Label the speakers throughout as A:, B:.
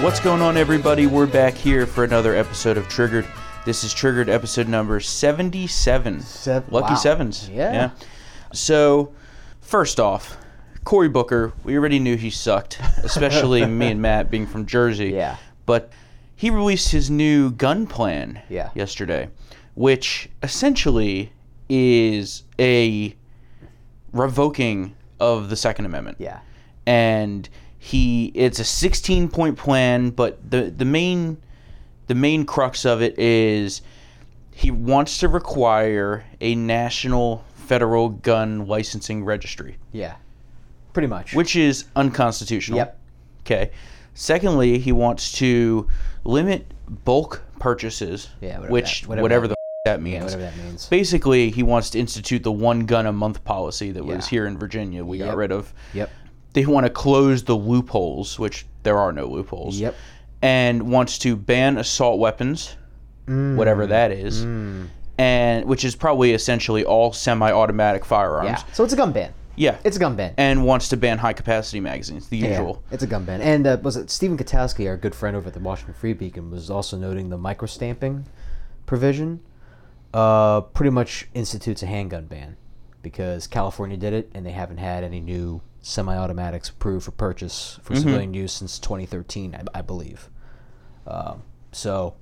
A: What's going on, everybody? We're back here for another episode of Triggered. This is Triggered episode number 77.
B: Sev-
A: Lucky
B: wow.
A: sevens.
B: Yeah.
A: So, first off, Cory Booker, we already knew he sucked, especially me and Matt being from Jersey.
B: Yeah.
A: But he released his new gun plan
B: Yeah.
A: yesterday, which essentially is a revoking of the Second Amendment
B: Yeah.
A: and he it's a 16 point plan but the the main the main crux of it is he wants to require a national federal gun licensing registry
B: Yeah. Pretty much.
A: which is unconstitutional
B: Yep.
A: okay secondly he wants to limit bulk purchases
B: Yeah, whatever
A: which
B: that-
A: whatever, the
B: whatever
A: f-
B: that-
A: that
B: yeah,
A: means
B: whatever that means.
A: basically he wants to institute the one gun a month policy that was
B: Yeah.
A: here in virginia we got
B: Yep.
A: rid of
B: Yep.
A: they want to close the loopholes, which there are no loopholes.
B: Yep.
A: And wants to ban assault weapons,
B: Mm.
A: whatever that is, and which is probably essentially all semi-automatic
B: Yeah.
A: firearms.
B: So it's a gun ban.
A: Yeah.
B: It's a gun ban.
A: and wants to ban high-capacity magazines, the
B: Yeah,
A: usual.
B: it's a gun ban. And uh, was it Stephen Katowski, our good friend over at the Washington Free Beacon, was also noting the micro stamping provision. Uh, pretty much institutes a handgun ban because California did it, and they haven't had any new semi-automatics approved for purchase
A: Mm-hmm.
B: for civilian use since 2013, I, I believe. Um, so,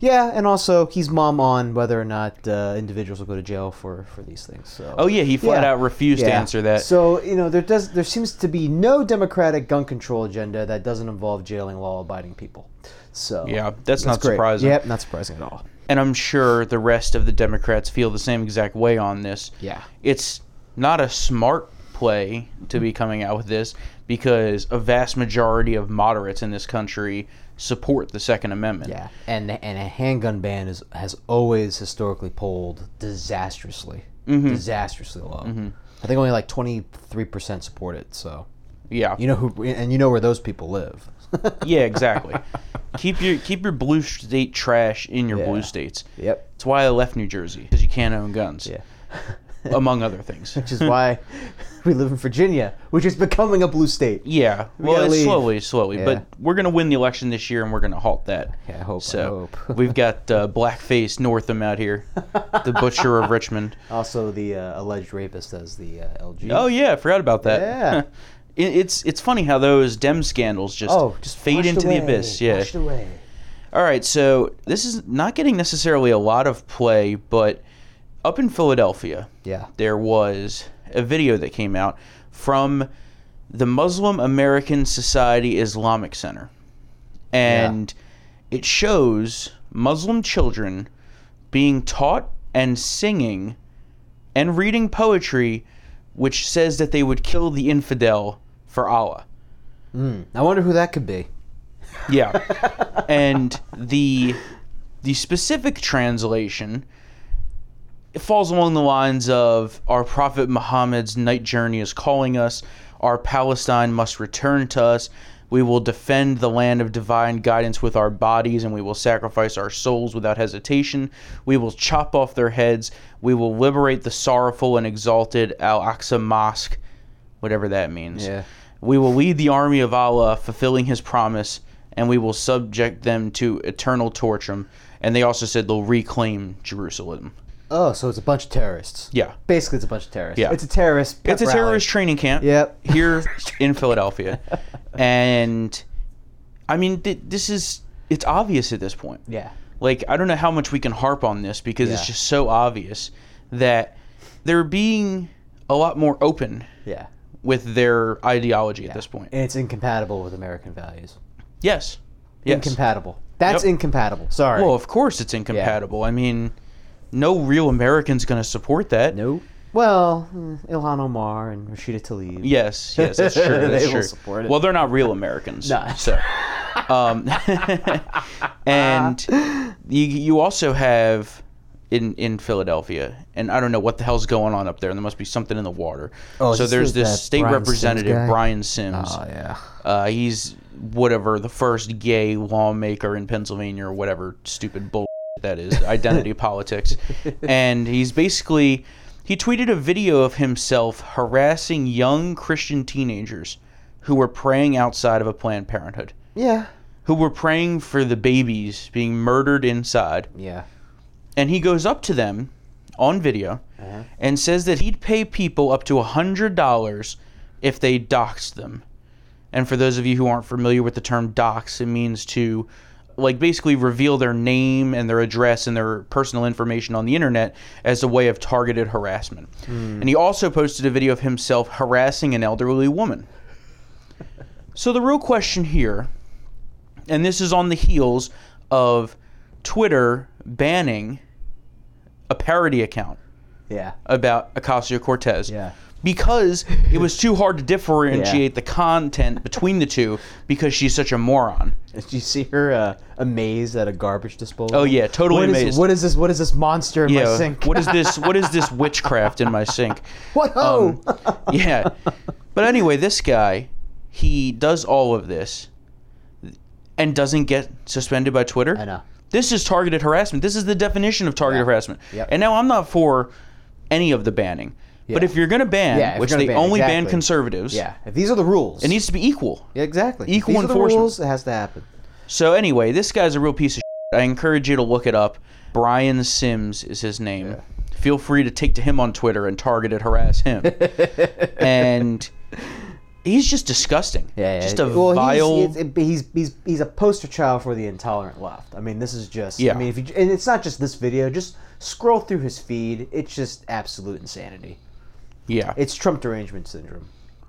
B: yeah, and also he's mum on whether or not uh, individuals will go to jail for for these things. So.
A: Oh yeah, he flat
B: Yeah.
A: out refused to
B: Yeah.
A: answer that.
B: So you know there does there seems to be no democratic gun control agenda that doesn't involve jailing law-abiding people. So
A: yeah, that's, not
B: great.
A: surprising.
B: Yep, not surprising at all.
A: And I'm sure the rest of the Democrats feel the same exact way on this.
B: Yeah.
A: it's not a smart play to be coming out with this because a vast majority of moderates in this country support the Second Amendment.
B: Yeah, and and a handgun ban is has always historically polled disastrously,
A: Mm-hmm.
B: disastrously low. I think only like twenty three percent support it. So
A: yeah,
B: you know who and you know where those people live.
A: yeah, exactly. keep your keep your blue state trash in your blue
B: Yeah.
A: states.
B: yep.
A: That's why I left New Jersey because you can't own guns,
B: Yeah.
A: among other things.
B: Which is why we live in Virginia, which is becoming a blue state.
A: Yeah, well,
B: gotta
A: it's
B: leave.
A: slowly, slowly,
B: Yeah.
A: but we're gonna win the election this year, and we're gonna halt that.
B: Yeah, I hope.
A: So
B: I hope.
A: we've got uh, blackface Northam out here, the butcher of Richmond.
B: Also, the uh, alleged rapist as the uh, LG.
A: Oh yeah, I forgot about that.
B: Yeah.
A: It- it's it's funny how those Dem scandals just
B: oh, just
A: fade
B: flushed
A: into
B: away,
A: the abyss. Yeah.
B: flushed away.
A: All right, so this is not getting necessarily a lot of play, but up in Philadelphia,
B: Yeah.
A: there was a video that came out from the Muslim American Society Islamic Center. And it shows Muslim children being taught and singing and reading poetry which says that they would kill the infidel for Allah.
B: Hmm. I wonder who that could be.
A: Yeah. and the the specific translation it falls along the lines of our prophet Muhammad's night journey is calling us, our Palestine must return to us. We will defend the land of divine guidance with our bodies and we will sacrifice our souls without hesitation. We will chop off their heads. We will liberate the sorrowful and exalted Al Aqsa Mosque, whatever that means.
B: Yeah.
A: We will lead the army of Allah, fulfilling his promise, and we will subject them to eternal torture. And they also said they'll reclaim Jerusalem.
B: Oh, so it's a bunch of terrorists.
A: Yeah.
B: Basically, it's a bunch of terrorists.
A: Yeah.
B: It's a terrorist. pep
A: It's a
B: rally.
A: terrorist training camp
B: Yep.
A: here in Philadelphia. And I mean, th- this is, it's obvious at this point.
B: Yeah.
A: Like, I don't know how much we can harp on this because it's
B: Yeah.
A: just so obvious that they're being a lot more open
B: Yeah.
A: with their ideology at this point.
B: And it's incompatible with American values.
A: Yes. Yes.
B: Incompatible. That's
A: Yep.
B: incompatible. Sorry.
A: Well, of course it's incompatible. I mean, no real American's going to support that.
B: no. Well, mm, Ilhan Omar and Rashida Tlaib.
A: Yes, yes, that's true. That's
B: They will
A: true.
B: support it.
A: Well, they're not real Americans.
B: No.
A: So, um, and you you also have in in Philadelphia, and I don't know what the hell's going on up there. and There must be something in the water.
B: Oh,
A: so
B: is this
A: there's
B: the-
A: this
B: that
A: state
B: Brian Sims
A: representative
B: guy?
A: Brian Sims.
B: Oh yeah.
A: Uh, he's whatever the first gay lawmaker in Pennsylvania or whatever stupid bull that is identity politics, and he's basically he tweeted a video of himself harassing young Christian teenagers who were praying outside of a Planned Parenthood.
B: Yeah.
A: who were praying for the babies being murdered inside.
B: Yeah.
A: And he goes up to them on video
B: Uh-huh.
A: and says that he'd pay people up to $100 if they doxed them. And for those of you who aren't familiar with the term dox, it means to like basically reveal their name and their address and their personal information on the internet as a way of targeted harassment. And he also posted a video of himself harassing an elderly woman. so the real question here, and this is on the heels of Twitter banning a parody account
B: Yeah.
A: about Ocasio Cortez.
B: Yeah.
A: Because it was too hard to differentiate the content between the two because she's such a moron.
B: Did you see her uh, amazed at a garbage disposal?
A: Oh yeah, totally
B: What is-
A: amazed.
B: what is this? What is this monster in my
A: yeah,
B: sink?
A: what is this? What is this witchcraft in my sink?
B: What? Oh.
A: um, yeah. But anyway, this guy, he does all of this and doesn't get suspended by Twitter.
B: I know.
A: This is targeted harassment. This is the definition of targeted
B: Yeah.
A: harassment.
B: Yep.
A: And now I'm not for any of the banning. But
B: Yeah.
A: if you're going to ban,
B: Yeah, if you're
A: which
B: gonna
A: they
B: ban,
A: only ban
B: exactly.
A: conservatives,
B: Yeah. If these are the rules.
A: it needs to be equal.
B: yeah, exactly. If
A: equal
B: these are the
A: enforcement.
B: rules, it has to happen.
A: So anyway, this guy's a real piece of shit. I encourage you to look it up. Brian Sims is his name. Feel free to take to him on Twitter and target and harass him. and he's just disgusting. just a
B: Well,
A: vile.
B: He's, it's- it- he's he's he's a poster child for the intolerant left. I mean, this is just.
A: Yeah.
B: I mean, if you and it's not just this video. Just scroll through his feed. It's just absolute insanity.
A: yeah.
B: It's Trump derangement syndrome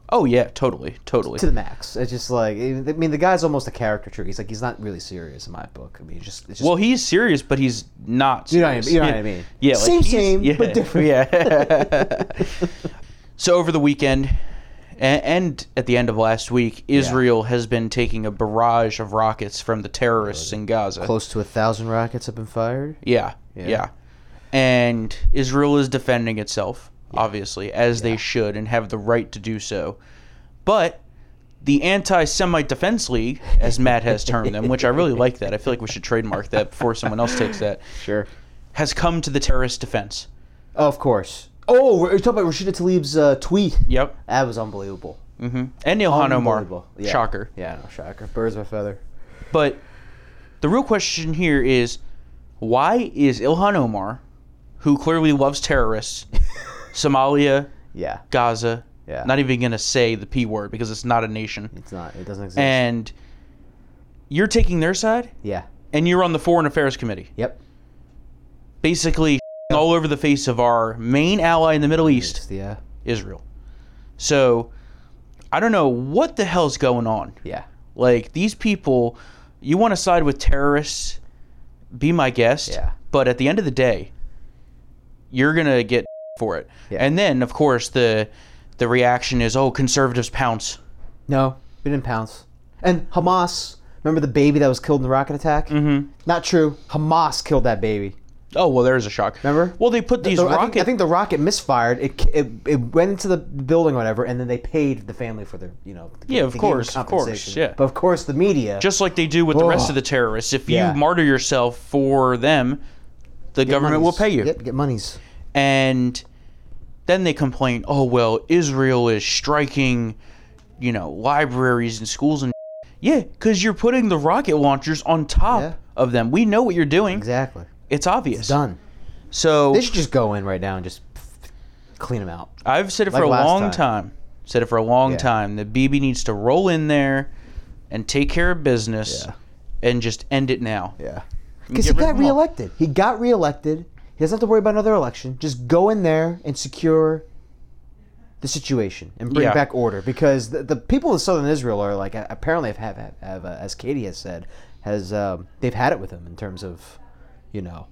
A: oh yeah, totally, totally.
B: to the max. It's just like I mean, the guy's almost a caricature. He's like he's not really serious in my book. I mean, it's just, it's just
A: well, he's serious, but he's not.
B: You know what I
A: serious.
B: mean- you know what I mean.
A: Yeah, like,
B: Same,
A: he's-
B: same,
A: yeah,
B: but different.
A: Yeah. so over the weekend, and, and at the end of last week, Israel has been taking a barrage of rockets from the terrorists in Gaza.
B: close to a thousand rockets have been fired.
A: Yeah, yeah.
B: Yeah.
A: And Israel is defending itself, obviously, as they should and have the right to do so. But the Anti Semite Defense League, as Matt has termed them, which I really like that. I feel like we should trademark that before someone else takes that,
B: Sure.
A: has come to the terrorist defense.
B: Of course. Oh, we're talking about Rashida Tlaib's uh, tweet.
A: Yep.
B: That was unbelievable.
A: hmm And Ilhan Omar.
B: Unbelievable. Yeah.
A: Shocker.
B: Yeah, no, shocker. Birds of a feather.
A: But the real question here is why is Ilhan Omar, who clearly loves terrorists, Somalia,
B: Yeah.
A: Gaza.
B: Yeah.
A: Not even gonna say the p word because it's not a nation.
B: It's not. It doesn't exist.
A: And you're taking their side,
B: yeah.
A: and you're on the Foreign Affairs Committee,
B: Yep.
A: basically all over the face of our main ally in the Middle East,
B: Just, yeah.
A: Israel. So I don't know what the hell's going on.
B: Yeah.
A: Like these people, you want to side with terrorists? Be my guest.
B: Yeah.
A: But at the end of the day, you're gonna get for it.
B: Yeah.
A: And then, of course, the the reaction is, oh, conservatives pounce.
B: No, we didn't pounce. And Hamas. Remember the baby that was killed in the rocket attack? Mm-hmm. Not true. Hamas killed that baby.
A: Oh well, there's a shock.
B: Remember?
A: Well, they put these
B: The- I,
A: rocket.
B: think, I think the rocket misfired. It, it it went into the building or whatever, and then they paid the family for their you know.
A: Yeah, of
B: to give them
A: course, of course,
B: compensation.
A: yeah.
B: But of course, the media.
A: just like they do with the rest
B: Ugh.
A: of the terrorists, if
B: Yeah.
A: you martyr yourself for them, the government will
B: monies.
A: pay you.
B: Yep, get monies.
A: And then they complain, oh well, Israel is striking, you know, libraries and schools and. Yeah, because you're putting the rocket launchers on top
B: Yeah.
A: of them. We know what you're doing.
B: Exactly.
A: It's obvious.
B: Done.
A: So
B: They should just go in right now and just clean them out.
A: I've said it for
B: Like
A: a
B: last
A: long time.
B: time.
A: Said it for a long
B: Yeah.
A: time. The BB needs to roll in there and take care of business
B: Yeah.
A: and just end it now.
B: Yeah. Because
A: Get
B: he
A: rid of
B: got
A: 'em all.
B: reelected. He got reelected. He doesn't have to worry about another election. Just go in there and secure the situation and bring
A: Yeah.
B: back order. Because the, the people of southern Israel are like, apparently, have, have, have uh, as Katie has said, has um, they've had it with him in terms of, you know.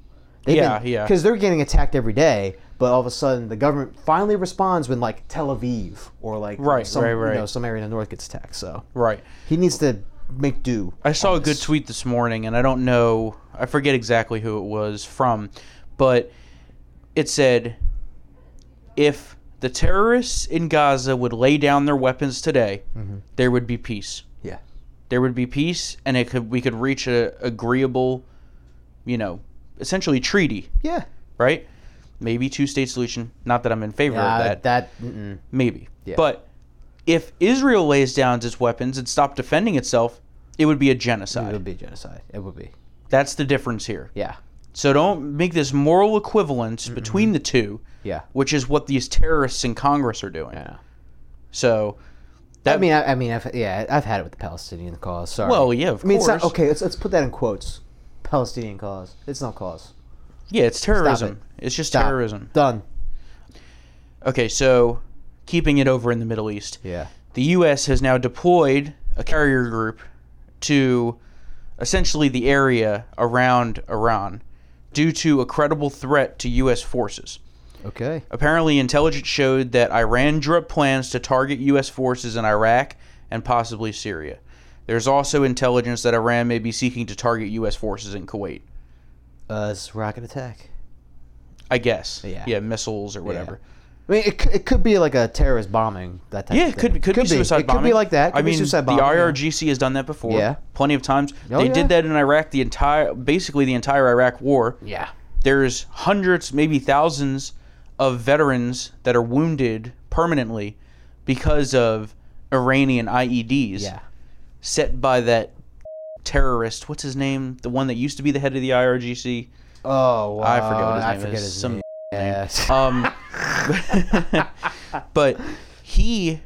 B: They've
A: Yeah, yeah.
B: Because they're getting attacked every day, but all of a sudden the government finally responds when, like, Tel Aviv or, like,
A: Right,
B: some,
A: right,
B: you
A: right.
B: know, some area in the north gets attacked. So
A: Right.
B: he needs to make do.
A: I saw a
B: on
A: good
B: this.
A: tweet this morning, and I don't know, I forget exactly who it was from, but it said if the terrorists in Gaza would lay down their weapons today,
B: Mm-hmm.
A: there would be peace.
B: Yeah.
A: There would be peace, and it could we could reach a agreeable, you know, essentially treaty
B: Yeah.
A: right? Maybe two state solution. Not that I'm in favor
B: Uh,
A: of that.
B: that mm-mm.
A: Maybe.
B: Yeah.
A: But if Israel lays down its weapons and stop defending itself, it would be a genocide.
B: It would be genocide. It would be.
A: That's the difference here.
B: Yeah.
A: So don't make this moral equivalence between the two,
B: Yeah.
A: which is what these terrorists in Congress are doing.
B: Yeah.
A: So that
B: I mean, I, I mean, I've, yeah, I've had it with the Palestinian cause. Sorry.
A: well, yeah, of
B: I mean, it's
A: course.
B: not, okay. Let's, let's put that in quotes. Palestinian cause. It's not cause.
A: Yeah, it's terrorism. It's just
B: Stop.
A: terrorism.
B: Done.
A: Okay, so keeping it over in the Middle East,
B: Yeah.
A: the U.S. has now deployed a carrier group to essentially the area around Iran due to a credible threat to U.S. forces.
B: Okay.
A: Apparently, intelligence showed that Iran drew up plans to target U.S. forces in Iraq and possibly Syria. There's also intelligence that Iran may be seeking to target U.S. forces in Kuwait.
B: Uh, it's rocket attack.
A: I guess.
B: Yeah.
A: missiles or whatever.
B: I mean, it, c- it could be like a terrorist bombing. That type
A: Yeah,
B: of
A: it could be,
B: thing.
A: could, be suicide
B: It
A: bombing.
B: could be like that. Could
A: I
B: be
A: mean,
B: suicide
A: the
B: bombing. yeah.
A: IRGC has done that before.
B: Yeah.
A: plenty of times.
B: Oh,
A: they
B: yeah.
A: did that in Iraq. The entire, basically, the entire Iraq War.
B: Yeah.
A: There's hundreds, maybe thousands, of veterans that are wounded permanently because of Iranian IEDs
B: Yeah.
A: set by that terrorist. What's his name? The one that used to be the head of the IRGC.
B: Oh, wow.
A: I forget what his
B: I
A: name
B: forget
A: is.
B: his
A: Some
B: name. Yes.
A: Um, but he,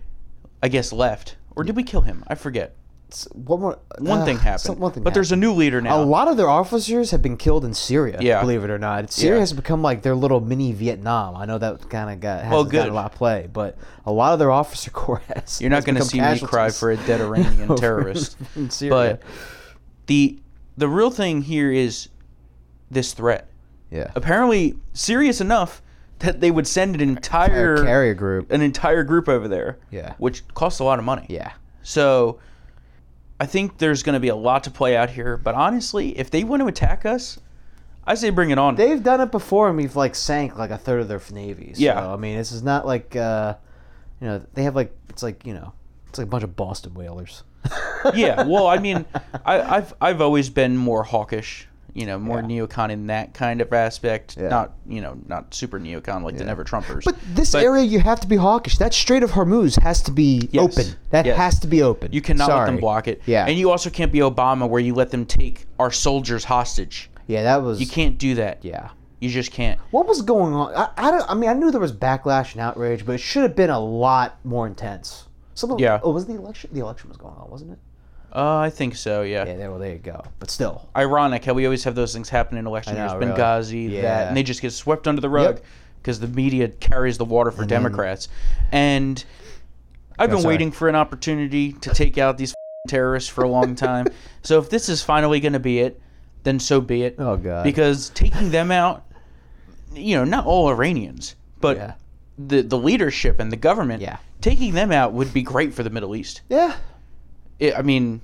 A: I guess, left. Or did we kill him? I forget.
B: S- one more.
A: One
B: uh, Oh,
A: thing happened.
B: some- one thing.
A: but there's a new leader now.
B: A lot of their officers have been killed in Syria.
A: Yeah.
B: Believe it or not, Syria
A: Yeah.
B: has become like their little mini Vietnam. I know that kind of got has
A: Well,
B: got
A: good.
B: a lot of play, but a lot of their officer corps has.
A: You're not
B: has
A: going to
B: become
A: see me cry
B: casualties
A: for a dead Iranian
B: over-
A: terrorist.
B: in Syria.
A: But the the real thing here is this threat.
B: yeah,
A: Apparently serious enough that they would send an
B: Or
A: entire
B: a carrier group.
A: an entire group over there,
B: Yeah,
A: which costs a lot of money.
B: yeah.
A: So I think there's going to be a lot to play out here. But honestly, if they want to attack us, I say bring it on.
B: They've done it before, and we've like sank like a third of their navies.
A: Yeah.
B: I mean, this is not like uh, you know they have like it's like you know it's like a bunch of Boston whalers.
A: yeah. Well, I mean, I, I've I've always been more hawkish, you know, more neocon in that kind of aspect.
B: Yeah.
A: Not you know, not super neocon like the Never Trumpers.
B: But this
A: But-
B: area, you have to be hawkish. That Strait of Hormuz has to be
A: Yes.
B: open. That
A: Yes.
B: has to be open.
A: you cannot let them
B: Sorry.
A: block it.
B: Yeah.
A: And you also can't be Obama where you let them take our soldiers hostage.
B: Yeah, that was.
A: You can't do that.
B: Yeah.
A: You just can't.
B: What was going on? I, I, don't, I mean, I knew there was backlash and outrage, but it should have been a lot more intense. Something.
A: Yeah.
B: Oh, was the election? The election was going on, wasn't it?
A: Uh, I think so. Yeah.
B: Yeah. There, well, there you go. But still.
A: Ironic how we always have those things happen in election
B: I
A: years.
B: know, really.
A: Benghazi, that,
B: Yeah.
A: and they just get swept under the rug
B: Yep.
A: because the media carries the water for Democrats. And I've
B: Go,
A: been
B: sorry.
A: waiting for an opportunity to take out these terrorists for a long time. so if this is finally going to be it, then so be it.
B: Oh God.
A: Because taking them out, you know, not all Iranians, but
B: Yeah.
A: the the leadership and the government,
B: Yeah.
A: taking them out would be great for the Middle East.
B: Yeah.
A: I I mean,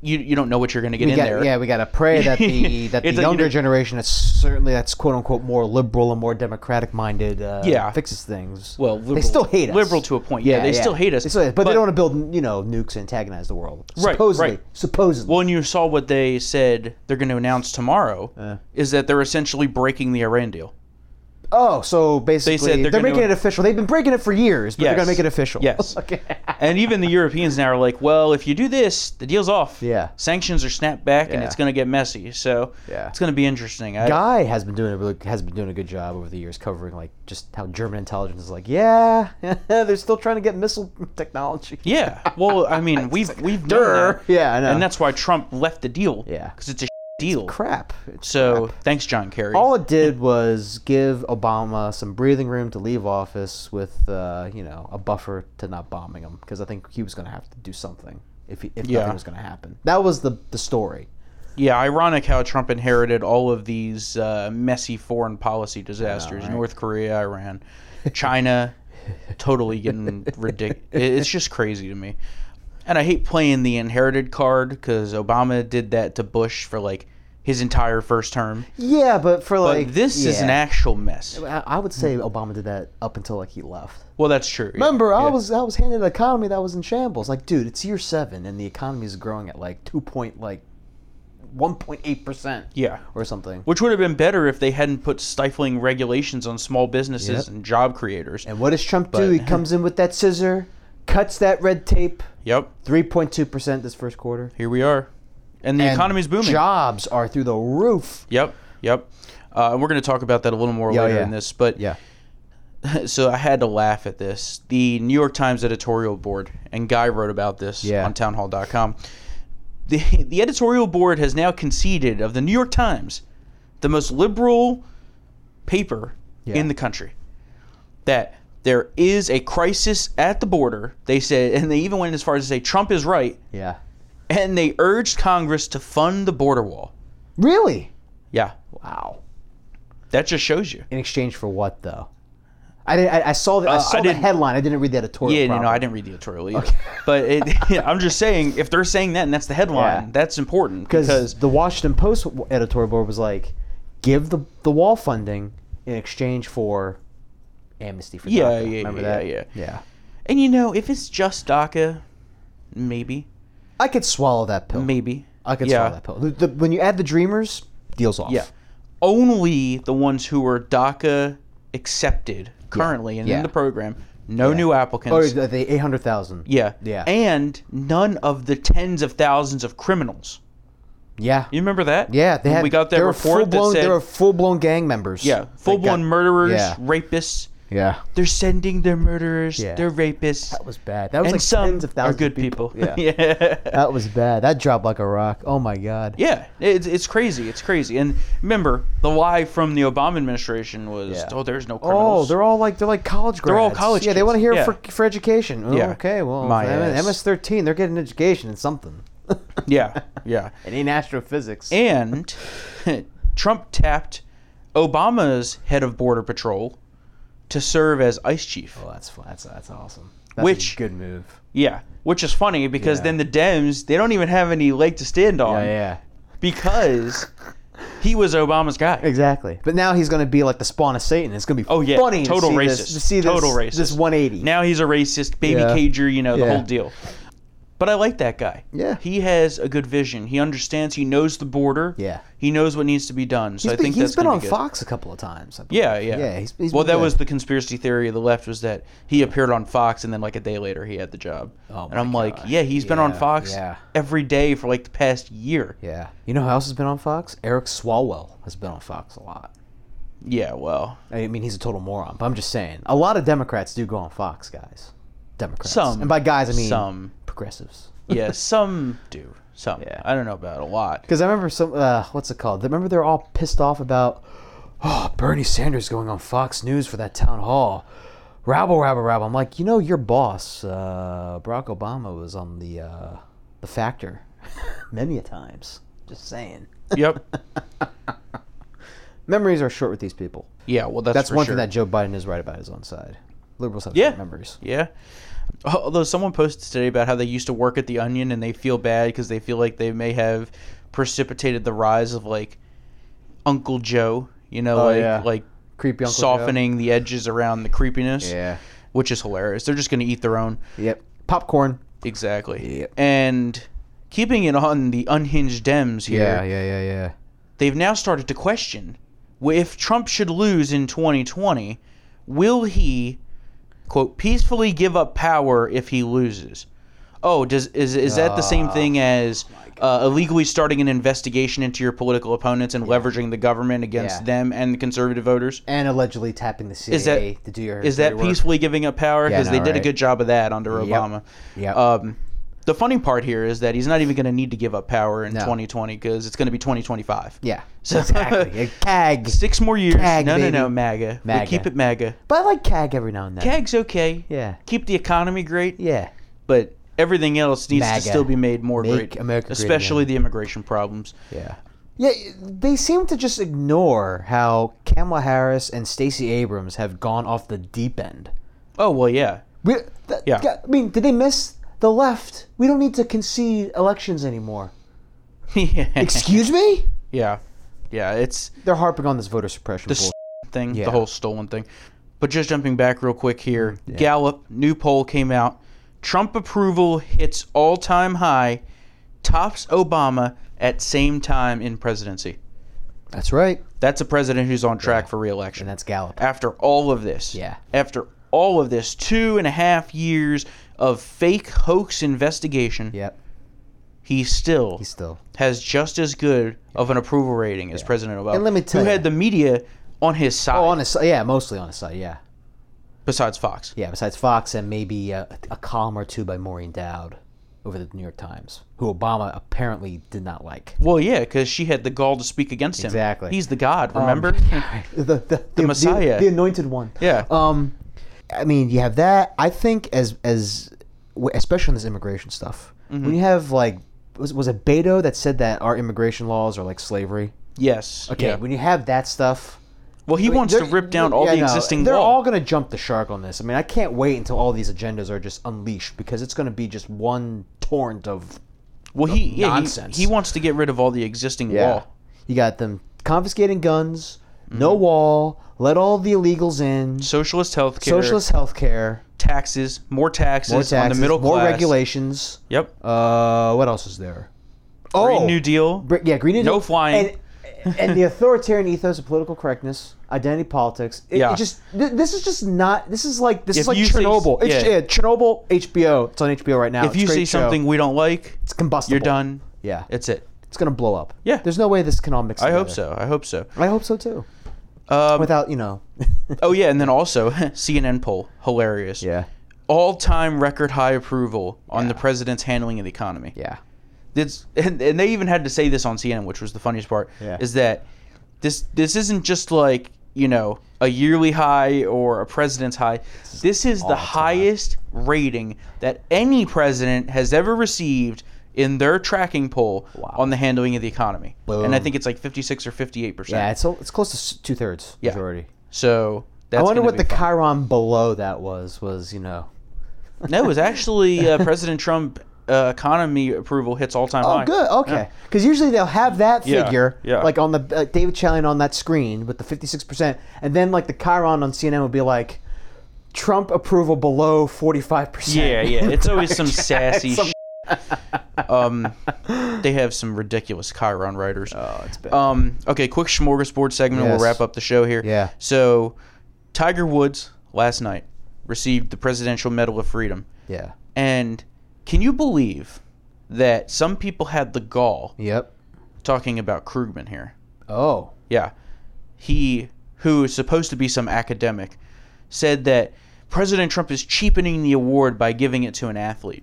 A: you you don't know what you're going to get
B: We
A: in
B: got,
A: there.
B: yeah, we got to pray that the that the
A: It's like, you
B: younger
A: know-
B: generation that's certainly that's quote unquote more liberal and more democratic minded uh,
A: Yeah.
B: fixes things.
A: Well, liberal,
B: they still hate us.
A: Liberal to a point. Yeah, they still hate us.
B: They but, they don't want to build you know nukes and antagonize the world.
A: Right,
B: Supposedly,
A: right.
B: supposedly.
A: Well, and you saw what they said they're going to announce tomorrow
B: Uh.
A: is that they're essentially breaking the Iran deal.
B: oh, so basically
A: said they're
B: they're,
A: gonna-
B: making it official. They've been breaking it for years, but
A: Yes.
B: they're gonna make it official.
A: Yes.
B: okay.
A: And even the Europeans now are like, well, if you do this, the deal's off.
B: Yeah.
A: Sanctions are snapped back, and
B: Yeah.
A: it's going to get messy. So
B: Yeah.
A: it's going to be interesting. I,
B: Guy has been doing a really, has been doing a good job over the years covering like just how German intelligence is like. Yeah, they're still trying to get missile technology.
A: yeah. Well, I mean, we've we've known
B: Durr.
A: that,
B: Yeah, I know.
A: and that's why Trump left the deal.
B: Yeah.
A: Because it's a deal.
B: crap. It's
A: so
B: crap.
A: thanks, John Kerry.
B: all it did was give Obama some breathing room to leave office with, uh, you know, a buffer to not bombing him because I think he was going to have to do something if he, if
A: Yeah.
B: nothing was going to happen. That was the the story.
A: Yeah, ironic how Trump inherited all of these uh, messy foreign policy disasters:
B: right?
A: North Korea, Iran, China, totally getting ridiculous. It's just crazy to me. And I hate playing the inherited card because Obama did that to Bush for like his entire first term.
B: Yeah, but for
A: But
B: like
A: this is an
B: yeah.
A: actual mess.
B: I I would say Obama did that up until like he left.
A: Well, that's true. yeah,
B: Remember, I
A: yeah.
B: was I was handed an economy that was in shambles. Like, dude, it's year seven and the economy is growing at like two point like one point eight percent
A: yeah.
B: or something.
A: Which would have been better if they hadn't put stifling regulations on small businesses
B: Yep.
A: and job creators.
B: And what does Trump do? He comes in with that scissor, cuts that red tape.
A: Yep.
B: Three point two percent this first quarter.
A: Here we are. and the
B: And
A: economy's booming.
B: Jobs are through the roof.
A: Yep, yep. Uh, and we're going to talk about that a little more
B: Yeah,
A: later
B: yeah.
A: in this, but
B: Yeah.
A: so I had to laugh at this. The New York Times editorial board, and Guy wrote about this
B: Yeah.
A: on townhall.com. The, the editorial board has now conceded of the New York Times, the most liberal paper
B: Yeah.
A: in the country, that there is a crisis at the border. They said, and they even went as far as to say Trump is right,
B: Yeah.
A: and they urged Congress to fund the border wall.
B: Really?
A: Yeah,
B: Wow.
A: that just shows you.
B: In exchange for what though? I did, I, I saw the I
A: Uh,
B: saw
A: I
B: the
A: didn't-
B: headline. I didn't read the editorial.
A: Yeah, no, no,
B: properly.
A: I didn't read the editorial either. But it, I'm just saying, if they're saying that and that's the headline,
B: Yeah.
A: that's important
B: because
A: because
B: the Washington Post w- editorial board was like, give the the wall funding in exchange for amnesty for
A: Yeah,
B: DACA."
A: yeah,
B: Remember
A: yeah,
B: that?
A: yeah,
B: yeah.
A: and you know, if it's just DACA, maybe,
B: I could swallow that pill.
A: maybe
B: I could
A: yeah.
B: swallow that pill. The, the- when you add the Dreamers, deals off.
A: Yeah, only the ones who are DACA accepted currently and
B: yeah.
A: in the program, no
B: Yeah.
A: new applicants.
B: Or the, the eight hundred thousand.
A: yeah,
B: yeah.
A: and none of the tens of thousands of criminals.
B: Yeah.
A: You remember that?
B: Yeah, they
A: When
B: had,
A: we got that
B: they were
A: report that
B: full-blown-
A: said,
B: they were full blown gang members.
A: yeah,
B: that
A: full blown
B: got-
A: murderers,
B: Yeah.
A: rapists.
B: Yeah,
A: They're sending their murderers,
B: Yeah.
A: their rapists.
B: that was bad. That was
A: and
B: like
A: some
B: tens of thousands
A: are good
B: of people.
A: people.
B: Yeah,
A: yeah.
B: that was bad. That dropped like a rock. Oh my god.
A: Yeah. It's, it's crazy. It's crazy. And remember, the lie from the Obama administration was,
B: Yeah.
A: oh, there's no
B: Oh,
A: criminals.
B: they're all like they're like college grads.
A: They're all college
B: Yeah, they
A: kids.
B: want to hear
A: Yeah.
B: for for education. Oh,
A: Yeah.
B: Okay, well,
A: My ass.
B: MS thirteen, they're getting an education in something.
A: yeah. Yeah.
B: It ain't astrophysics.
A: And Trump tapped Obama's head of Border Patrol to serve as ICE chief.
B: oh, that's fu- that's that's awesome. That's
A: Which-
B: a good move.
A: Yeah. Which is funny because
B: Yeah.
A: then the Dems, they don't even have any leg to stand on
B: Yeah, yeah,
A: because he was Obama's guy.
B: exactly. But now he's going to be like the spawn of Satan. It's going to be
A: Oh, yeah.
B: funny
A: Total
B: to see
A: racist.
B: This, to see this,
A: Total racist.
B: This one eighty.
A: Now he's a racist, baby
B: Yeah.
A: cager, you know, the
B: Yeah.
A: whole deal. But I like that guy.
B: Yeah.
A: He has a good vision. He understands, he knows the border.
B: Yeah.
A: He knows what needs to be done. So
B: He's
A: I
B: been,
A: think
B: he's
A: that's
B: been
A: gonna
B: on
A: be good.
B: Fox a couple of times. I believe.
A: Yeah, yeah.
B: yeah. He's, he's
A: well,
B: been
A: that
B: good.
A: was the conspiracy theory of the left was that he appeared on Fox and then like a day later he had the job.
B: Oh
A: and
B: my
A: I'm like,
B: God.
A: yeah, he's been on
B: Yeah,
A: Fox
B: yeah.
A: every day for like the past year.
B: yeah. You know who else has been on Fox? Eric Swalwell has been on Fox a lot.
A: Yeah, well,
B: I mean, he's a total moron, but I'm just saying. A lot of Democrats do go on Fox, guys. Democrats.
A: Some.
B: And by guys, I mean
A: some.
B: progressives.
A: Yeah, some do. Some.
B: Yeah.
A: I don't know about a lot.
B: Because I remember some, uh, what's it called? Remember they're all pissed off about, oh, Bernie Sanders going on Fox News for that town hall. Rabble, rabble, rabble. I'm like, you know, your boss, uh, Barack Obama, was on the uh, the Factor many a times. Just saying.
A: Yep.
B: Memories are short with these people.
A: Yeah, well that's,
B: That's
A: for
B: one
A: sure.
B: thing that Joe Biden is right about his own side. Liberals have
A: Yeah.
B: short memories.
A: Yeah. Although someone posted today about how they used to work at the Onion and they feel bad because they feel like they may have precipitated the rise of like Uncle Joe, you know,
B: Oh,
A: like
B: yeah.
A: like
B: Creepy Uncle Joe.
A: softening the edges around the creepiness,
B: Yeah.
A: which is hilarious. They're just going to eat their own.
B: Yep. Popcorn.
A: Exactly.
B: Yeah.
A: And keeping it on the unhinged Dems here,
B: yeah, yeah, yeah.
A: they've now started to question wh- if Trump should lose in 2020, will he quote peacefully give up power if he loses? Oh, does is is that the same thing
B: Ah,
A: as uh, illegally starting an investigation into your political opponents and leveraging the government against
B: Yeah.
A: them and the conservative voters?
B: And allegedly tapping the CIA
A: Is that-
B: to do your
A: Is
B: dirty
A: that
B: work.
A: peacefully giving up power?
B: Yeah, I
A: Because they
B: know,
A: did a
B: right?
A: good job of that under
B: Yep.
A: Obama.
B: Yep.
A: Um, the funny part here is that he's not even going to need to give up power in
B: No.
A: 2020 because it's going to be 2025.
B: yeah.
A: So-
B: exactly. A CAG.
A: Six more years.
B: Tag,
A: no, no, no,
B: baby.
A: MAGA. We
B: MAGA.
A: keep it MAGA.
B: But I like CAG every now and then.
A: Tag's okay.
B: Yeah.
A: Keep the economy great,
B: Yeah.
A: but everything else needs
B: MAGA.
A: to still be made more
B: Make
A: great.
B: America great
A: especially the immigration problems.
B: Yeah. Yeah, they seem to just ignore how Kamala Harris and Stacey Abrams have gone off the deep end.
A: Oh well, yeah.
B: We, that,
A: Yeah.
B: I mean, did they miss the left? We don't need to concede elections anymore.
A: yeah.
B: Excuse me?
A: Yeah. Yeah. It's
B: They're harping on this voter suppression
A: the
B: bull-
A: thing,
B: Yeah. Mm,
A: the whole stolen thing. But just jumping back real quick here, Gallup new poll came out. Trump approval hits all-time high, tops Obama at same time in presidency.
B: That's right.
A: That's a president who's on track for reelection.
B: And that's Gallup.
A: after all of this.
B: Yeah.
A: After all of this, two and a half years of fake hoax investigation,
B: Yep.
A: he still
B: He's still.
A: has just as good of an approval rating as President Obama.
B: And let me tell
A: who
B: you-
A: had the media on his side,
B: Oh, on his si- yeah, mostly on his side, yeah,
A: besides Fox.
B: yeah. Besides Fox and maybe a, a column or two by Maureen Dowd over the New York Times, who Obama apparently did not like.
A: Well, yeah, because she had the gall to speak against him.
B: Exactly. Um,
A: He's the God. Remember?
B: the, the, the,
A: Messiah.
B: the, anointed one.
A: Yeah.
B: Um, I mean, you have that. I think as as w- especially on this immigration stuff,
A: Mm-hmm.
B: when you have like was was it Beto that said that our immigration laws are like slavery?
A: yes.
B: Okay,
A: Yeah.
B: when you have that stuff.
A: Well, he
B: I mean,
A: wants to
B: they're-
A: rip down all
B: yeah,
A: the
B: no,
A: existing.
B: They're
A: wall.
B: all going to jump the shark on this. I mean, I can't wait until all these agendas are just unleashed because it's going to be just one torrent of
A: well, he yeah, he-
B: nonsense.
A: He, wants to get rid of all the existing wall.
B: You got them confiscating guns, no wall, let all the illegals in,
A: Socialist Mm-hmm. healthcare,
B: socialist health care,
A: taxes, more taxes,
B: more taxes,
A: on the middle
B: more
A: class.
B: regulations.
A: Yep.
B: Uh, what else is there? Oh,
A: Green New Deal.
B: Br- yeah, Green New
A: No
B: Deal.
A: flying.
B: And, and the authoritarian ethos of political correctness, identity politics. It, it
A: Yeah.
B: just th- this is just not. This is like this
A: If
B: is like
A: you say-
B: Chernobyl. It's,
A: yeah.
B: yeah, Chernobyl. HBO. It's on HBO right now.
A: if
B: It's a
A: you
B: great
A: see
B: show.
A: something we don't like,
B: it's combustible.
A: you're done.
B: Yeah,
A: It's it.
B: it's gonna blow up.
A: Yeah.
B: there's no way this can all mix.
A: I hope
B: together.
A: so. I hope so.
B: I hope so too.
A: Um,
B: Without you know.
A: oh yeah, and then also CNN poll, hilarious.
B: yeah.
A: All-time record high approval on the president's handling of the economy.
B: Yeah.
A: It's, and, and they even had to say this on CNN, which was the funniest part,
B: Yeah.
A: is that this this isn't just like you know a yearly high or a president's high. This is the
B: all-time.
A: highest rating that any president has ever received in their tracking poll
B: Wow.
A: on the handling of the economy. And I
B: Boom.
A: think it's like fifty-six or fifty-eight
B: Yeah.
A: percent.
B: It's al- it's close to two thirds
A: Yeah.
B: majority.
A: So that's
B: I wonder
A: gonna
B: what
A: be
B: the
A: fun.
B: Chiron below that was. Was you know.
A: No, it was actually uh, President Trump uh, economy approval hits all time
B: Oh,
A: high.
B: good. Okay. Because usually they'll have that
A: Yeah,
B: figure,
A: yeah.
B: like on the uh, David Chalian on that screen with the 56%, and then like the Chiron on CNN would be like, Trump approval below 45%.
A: Yeah, yeah. It's always some sassy.
B: Some-
A: shit. um, they have some ridiculous Chiron writers.
B: Oh, it's bad.
A: Um, okay, quick smorgasbord segment.
B: Yes.
A: We'll wrap up the show here.
B: Yeah.
A: So, Tiger Woods last night received the Presidential Medal of Freedom,
B: yeah.
A: and can you believe that some people had the gall
B: Yep.
A: talking about Krugman here?
B: Oh.
A: Yeah. He, who is supposed to be some academic, said that President Trump is cheapening the award by giving it to an athlete.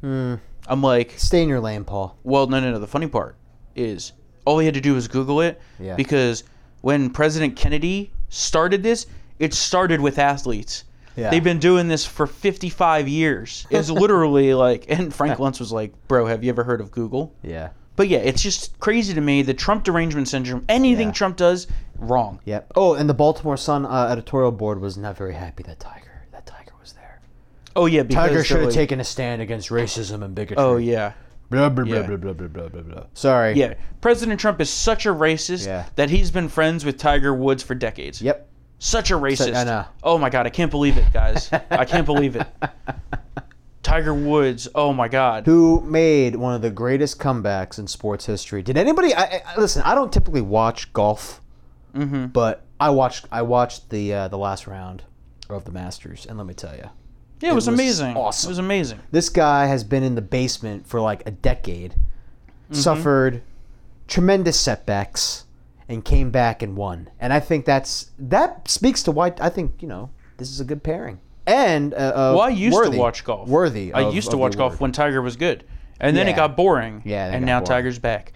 B: Hmm.
A: I'm like,
B: Stay in your lane, Paul.
A: well, no, no, no. The funny part is all he had to do was Google it
B: Yeah.
A: because when President Kennedy started this, it started with athletes.
B: Yeah.
A: They've been doing this for 55 years. It's literally like, and Frank Luntz was like, bro, have you ever heard of Google?
B: Yeah.
A: But yeah, it's just crazy to me. The Trump derangement syndrome, anything
B: Yeah.
A: Trump does, wrong.
B: Yep. Oh, and the Baltimore Sun uh, editorial board was not very happy that Tiger, that Tiger was there.
A: Oh yeah, because
B: Tiger
A: they're
B: should have
A: like-
B: taken a stand against racism and bigotry.
A: Oh yeah,
B: Blah, blah, blah,
A: yeah.
B: blah, blah, blah, blah, blah, blah. Sorry.
A: yeah. President Trump is such a racist
B: Yeah.
A: that he's been friends with Tiger Woods for decades.
B: Yep.
A: Such a racist.
B: I know.
A: Oh my god, I can't believe it, guys. I can't believe it. Tiger Woods. Oh my god.
B: who made one of the greatest comebacks in sports history. Did anybody? I, I- listen. I don't typically watch golf,
A: Mm-hmm.
B: but I watched. I watched the uh, the last round of the Masters, and let me tell you,
A: yeah, it was,
B: was
A: amazing.
B: awesome.
A: It was amazing.
B: this guy has been in the basement for like a decade,
A: Mm-hmm.
B: suffered tremendous setbacks, and came back and won. And I think that's that speaks to why I think you know this is a good pairing. And uh, uh,
A: Well, I used
B: worthy-
A: to watch golf.
B: Worthy.
A: I
B: of-
A: used
B: of
A: to
B: the
A: watch golf
B: award.
A: when Tiger was good, and then it
B: Yeah.
A: got boring.
B: Yeah, then it
A: and
B: got
A: now
B: boring.
A: Tiger's back.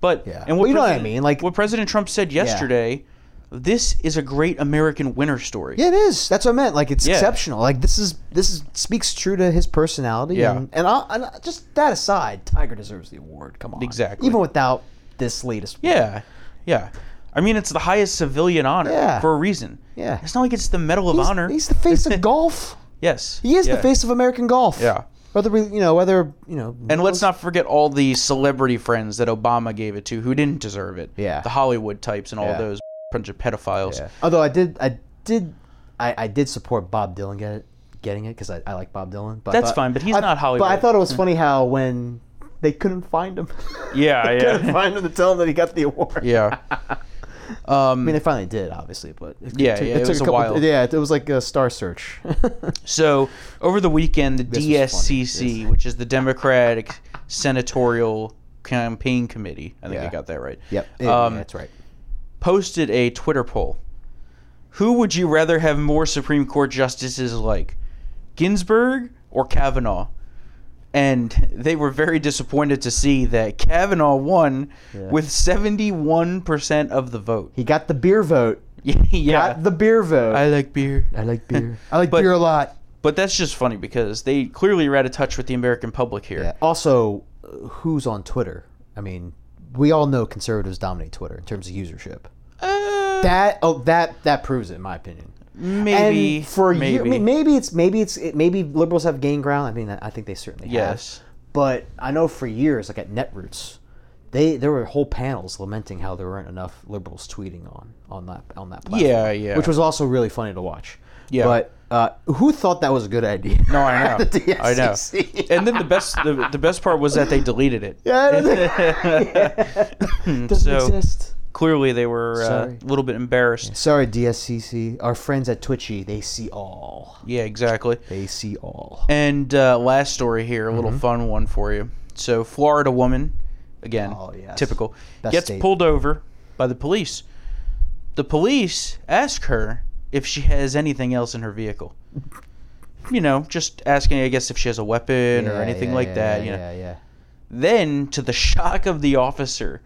A: But
B: Yeah.
A: and what
B: Well, you know what I
A: President-
B: mean, like-
A: what President Trump said yesterday. This is a great American winner story.
B: Yeah, it is. That's what I meant. Like it's
A: Yeah.
B: exceptional. Like this is this is speaks true to his personality.
A: Yeah.
B: And, and, I, and I- just that aside, Tiger deserves the award. Come on.
A: Exactly.
B: Even without this latest. one.
A: Yeah, yeah. I mean, it's the highest civilian honor
B: Yeah.
A: for a reason.
B: Yeah.
A: It's not like it's the Medal of
B: He's,
A: Honor.
B: he's the face of golf.
A: yes,
B: He is
A: yeah.
B: the face of American golf.
A: Yeah.
B: Whether we, you know, whether you know,
A: And let's not forget all the celebrity friends that Obama gave it to who didn't deserve it.
B: Yeah.
A: The Hollywood types and all
B: Yeah.
A: those bunch of pedophiles.
B: Yeah. Although I did, I did, I, I did support Bob Dylan get it, getting it because I, I like Bob Dylan. But I
A: That's
B: thought-
A: fine, but he's
B: I-
A: not Hollywood.
B: But I thought it was funny how when they couldn't find him,
A: Yeah,
B: they
A: yeah.
B: couldn't find him to tell him that he got the award.
A: Yeah. Um,
B: I mean, they finally did, obviously, but it
A: Yeah, yeah, it was a while.
B: Yeah, it was like a Star Search.
A: so over the weekend, the
B: was funny.
A: DSCC, which is the Democratic senatorial campaign committee. I think I
B: Yeah.
A: got that right.
B: Yep. Yeah,
A: Um,
B: that's right.
A: Posted a Twitter poll. Who would you rather have more Supreme Court justices like, Ginsburg or Kavanaugh? And they were very disappointed to see that Kavanaugh won
B: Yeah.
A: with 71% of the vote.
B: He got the beer vote.
A: yeah.
B: Got the beer vote.
A: I like beer.
B: I like beer. I like
A: But-
B: beer a lot.
A: But that's just funny because they clearly are out of touch with the American public here.
B: Yeah. Also, uh, who's on Twitter? I mean, we all know conservatives dominate Twitter in terms of usership.
A: Uh,
B: That oh that that proves it in my opinion.
A: maybe
B: and for
A: maybe.
B: you, I mean, maybe it's maybe it's it, maybe liberals have gained ground. I mean, I think they certainly have.
A: yes.
B: But I know for years, like at Netroots, they there were whole panels lamenting how there weren't enough liberals tweeting on on that on that platform.
A: Yeah, yeah.
B: Which was also really funny to watch.
A: Yeah.
B: But uh, who thought that was a good idea?
A: No, I know.
B: At the E
A: I know.
B: DSCC?
A: And then the best the, the best part was that they deleted it. Hmm,
B: Yeah, I know. Doesn't
A: So-
B: exist.
A: Clearly they were uh,
B: Sorry.
A: a little bit embarrassed.
B: Sorry, DSCC. Our friends at Twitchy, they see all.
A: Yeah, exactly.
B: They see all.
A: And uh, last story here, a little
B: Mm-hmm.
A: fun one for you. So Florida woman, again,
B: Oh, yes.
A: typical,
B: Best
A: gets
B: state.
A: pulled over by the police. The police ask her if she has anything else in her vehicle. You know, just asking, I guess, if she has a weapon or
B: Yeah,
A: anything
B: yeah,
A: like
B: yeah,
A: that.
B: Yeah,
A: you know.
B: yeah, yeah.
A: Then, to the shock of the officer,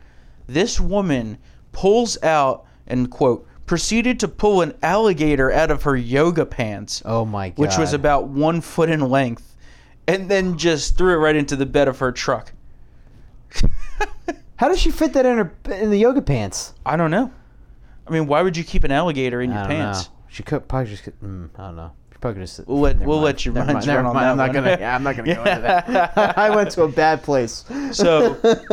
A: this woman pulls out and, quote, proceeded to pull an alligator out of her yoga pants,
B: Oh my god.
A: which was about one foot in length, and then just threw it right into the bed of her truck.
B: How does she fit that in her in the yoga pants?
A: I don't know. I mean, why would you keep an alligator in your
B: I don't
A: pants?
B: Know. She could probably just. Could, mm, I don't know. She probably could just.
A: We'll let,
B: Never
A: we'll
B: mind.
A: let your
B: Never
A: minds
B: mind,
A: run on
B: never mind.
A: that
B: I'm not
A: one.
B: gonna. Yeah, I'm not gonna go into that. I went to a bad place.
A: So, but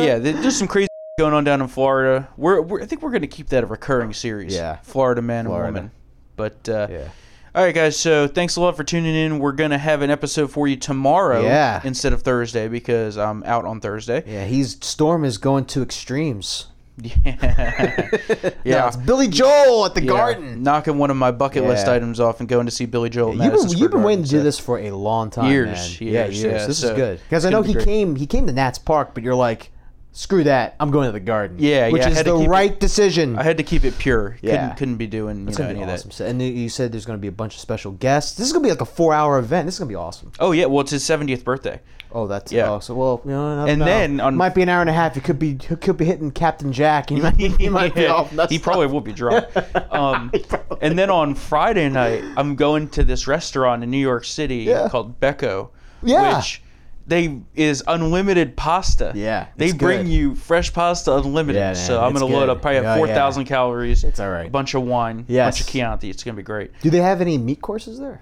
A: yeah, th- there's some crazy going on down in Florida. We're, we're I think we're going to keep that a recurring series.
B: Yeah.
A: Florida man
B: Florida.
A: and woman. But uh,
B: Yeah.
A: all right, guys. So thanks a lot for tuning in. We're gonna have an episode for you tomorrow
B: Yeah.
A: instead of Thursday because I'm out on Thursday.
B: Yeah, he's storm is going to extremes.
A: Yeah,
B: Yeah,
A: yeah.
B: it's Billy Joel at the
A: Yeah.
B: Garden.
A: Knocking one of my bucket list
B: Yeah.
A: items off and going to see Billy Joel. at
B: You've
A: Madison
B: been,
A: Square
B: you've been waiting to
A: Garden,
B: do
A: so-
B: this for a long time,
A: Years,
B: man.
A: years,
B: yeah, years.
A: yeah,
B: this
A: so
B: is good because I
A: it's
B: know
A: gonna be
B: he
A: great.
B: came he came to Nats Park, but you're like, screw that, I'm going to the Garden.
A: Yeah,
B: which
A: yeah, I
B: is
A: had to
B: the
A: keep it-
B: right decision.
A: I had to keep it pure.
B: Yeah.
A: Couldn't, couldn't be doing you
B: It's
A: know,
B: gonna
A: any
B: be
A: of that.
B: awesome. So- And you said there's gonna be a bunch of special guests. This is gonna be like a four-hour event. This is gonna be awesome.
A: Oh yeah, well it's his 70th birthday.
B: Oh, that's
A: Yeah.
B: yeah. Oh, so well, you know, no,
A: And
B: no.
A: then on-
B: might be an hour and a half. You could be you could be hitting Captain Jack. And you might, you might be off.
A: he probably will be drunk. Um, and then on Friday night, I'm going to this restaurant in New York City
B: Yeah.
A: called Becco,
B: Yeah.
A: which they is unlimited pasta.
B: Yeah,
A: they
B: it's
A: bring
B: good.
A: you fresh pasta unlimited.
B: Yeah, man,
A: so I'm
B: it's
A: gonna load
B: good.
A: up probably
B: Yeah,
A: have
B: yeah.
A: 4,000 calories.
B: It's all right.
A: A bunch of wine. A bunch
B: Yes.
A: of Chianti. It's gonna be great.
B: Do they have any meat courses there?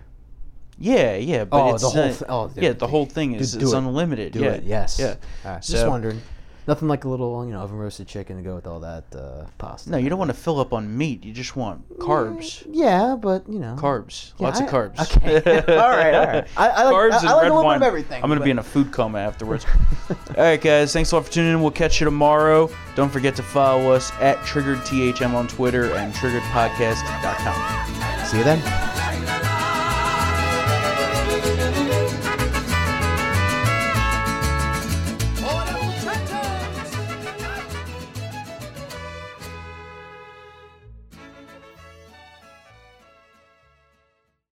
A: Yeah, yeah. But
B: Oh, the
A: it's
B: whole
A: not-
B: thi- oh, dude,
A: yeah, the whole thing
B: dude,
A: is
B: do
A: it's
B: it.
A: unlimited.
B: Do
A: yeah.
B: it. Yes.
A: Yeah.
B: All right, just
A: So-
B: wondering. Nothing like a little you know oven roasted chicken to go with all that uh, pasta.
A: No, you don't want to fill up on meat. You just want carbs.
B: Yeah, but you know.
A: Mm-hmm. Carbs.
B: Yeah,
A: Lots of
B: I-
A: carbs.
B: okay. All right, all right. I- I like- I- I like a little bit of everything,
A: I'm going to be in
B: but-
A: a food coma afterwards. all right, guys. Thanks a lot for tuning in. We'll catch you tomorrow. Don't forget to follow us at TriggeredTHM on Twitter and TriggeredPodcast.com.
B: See you then.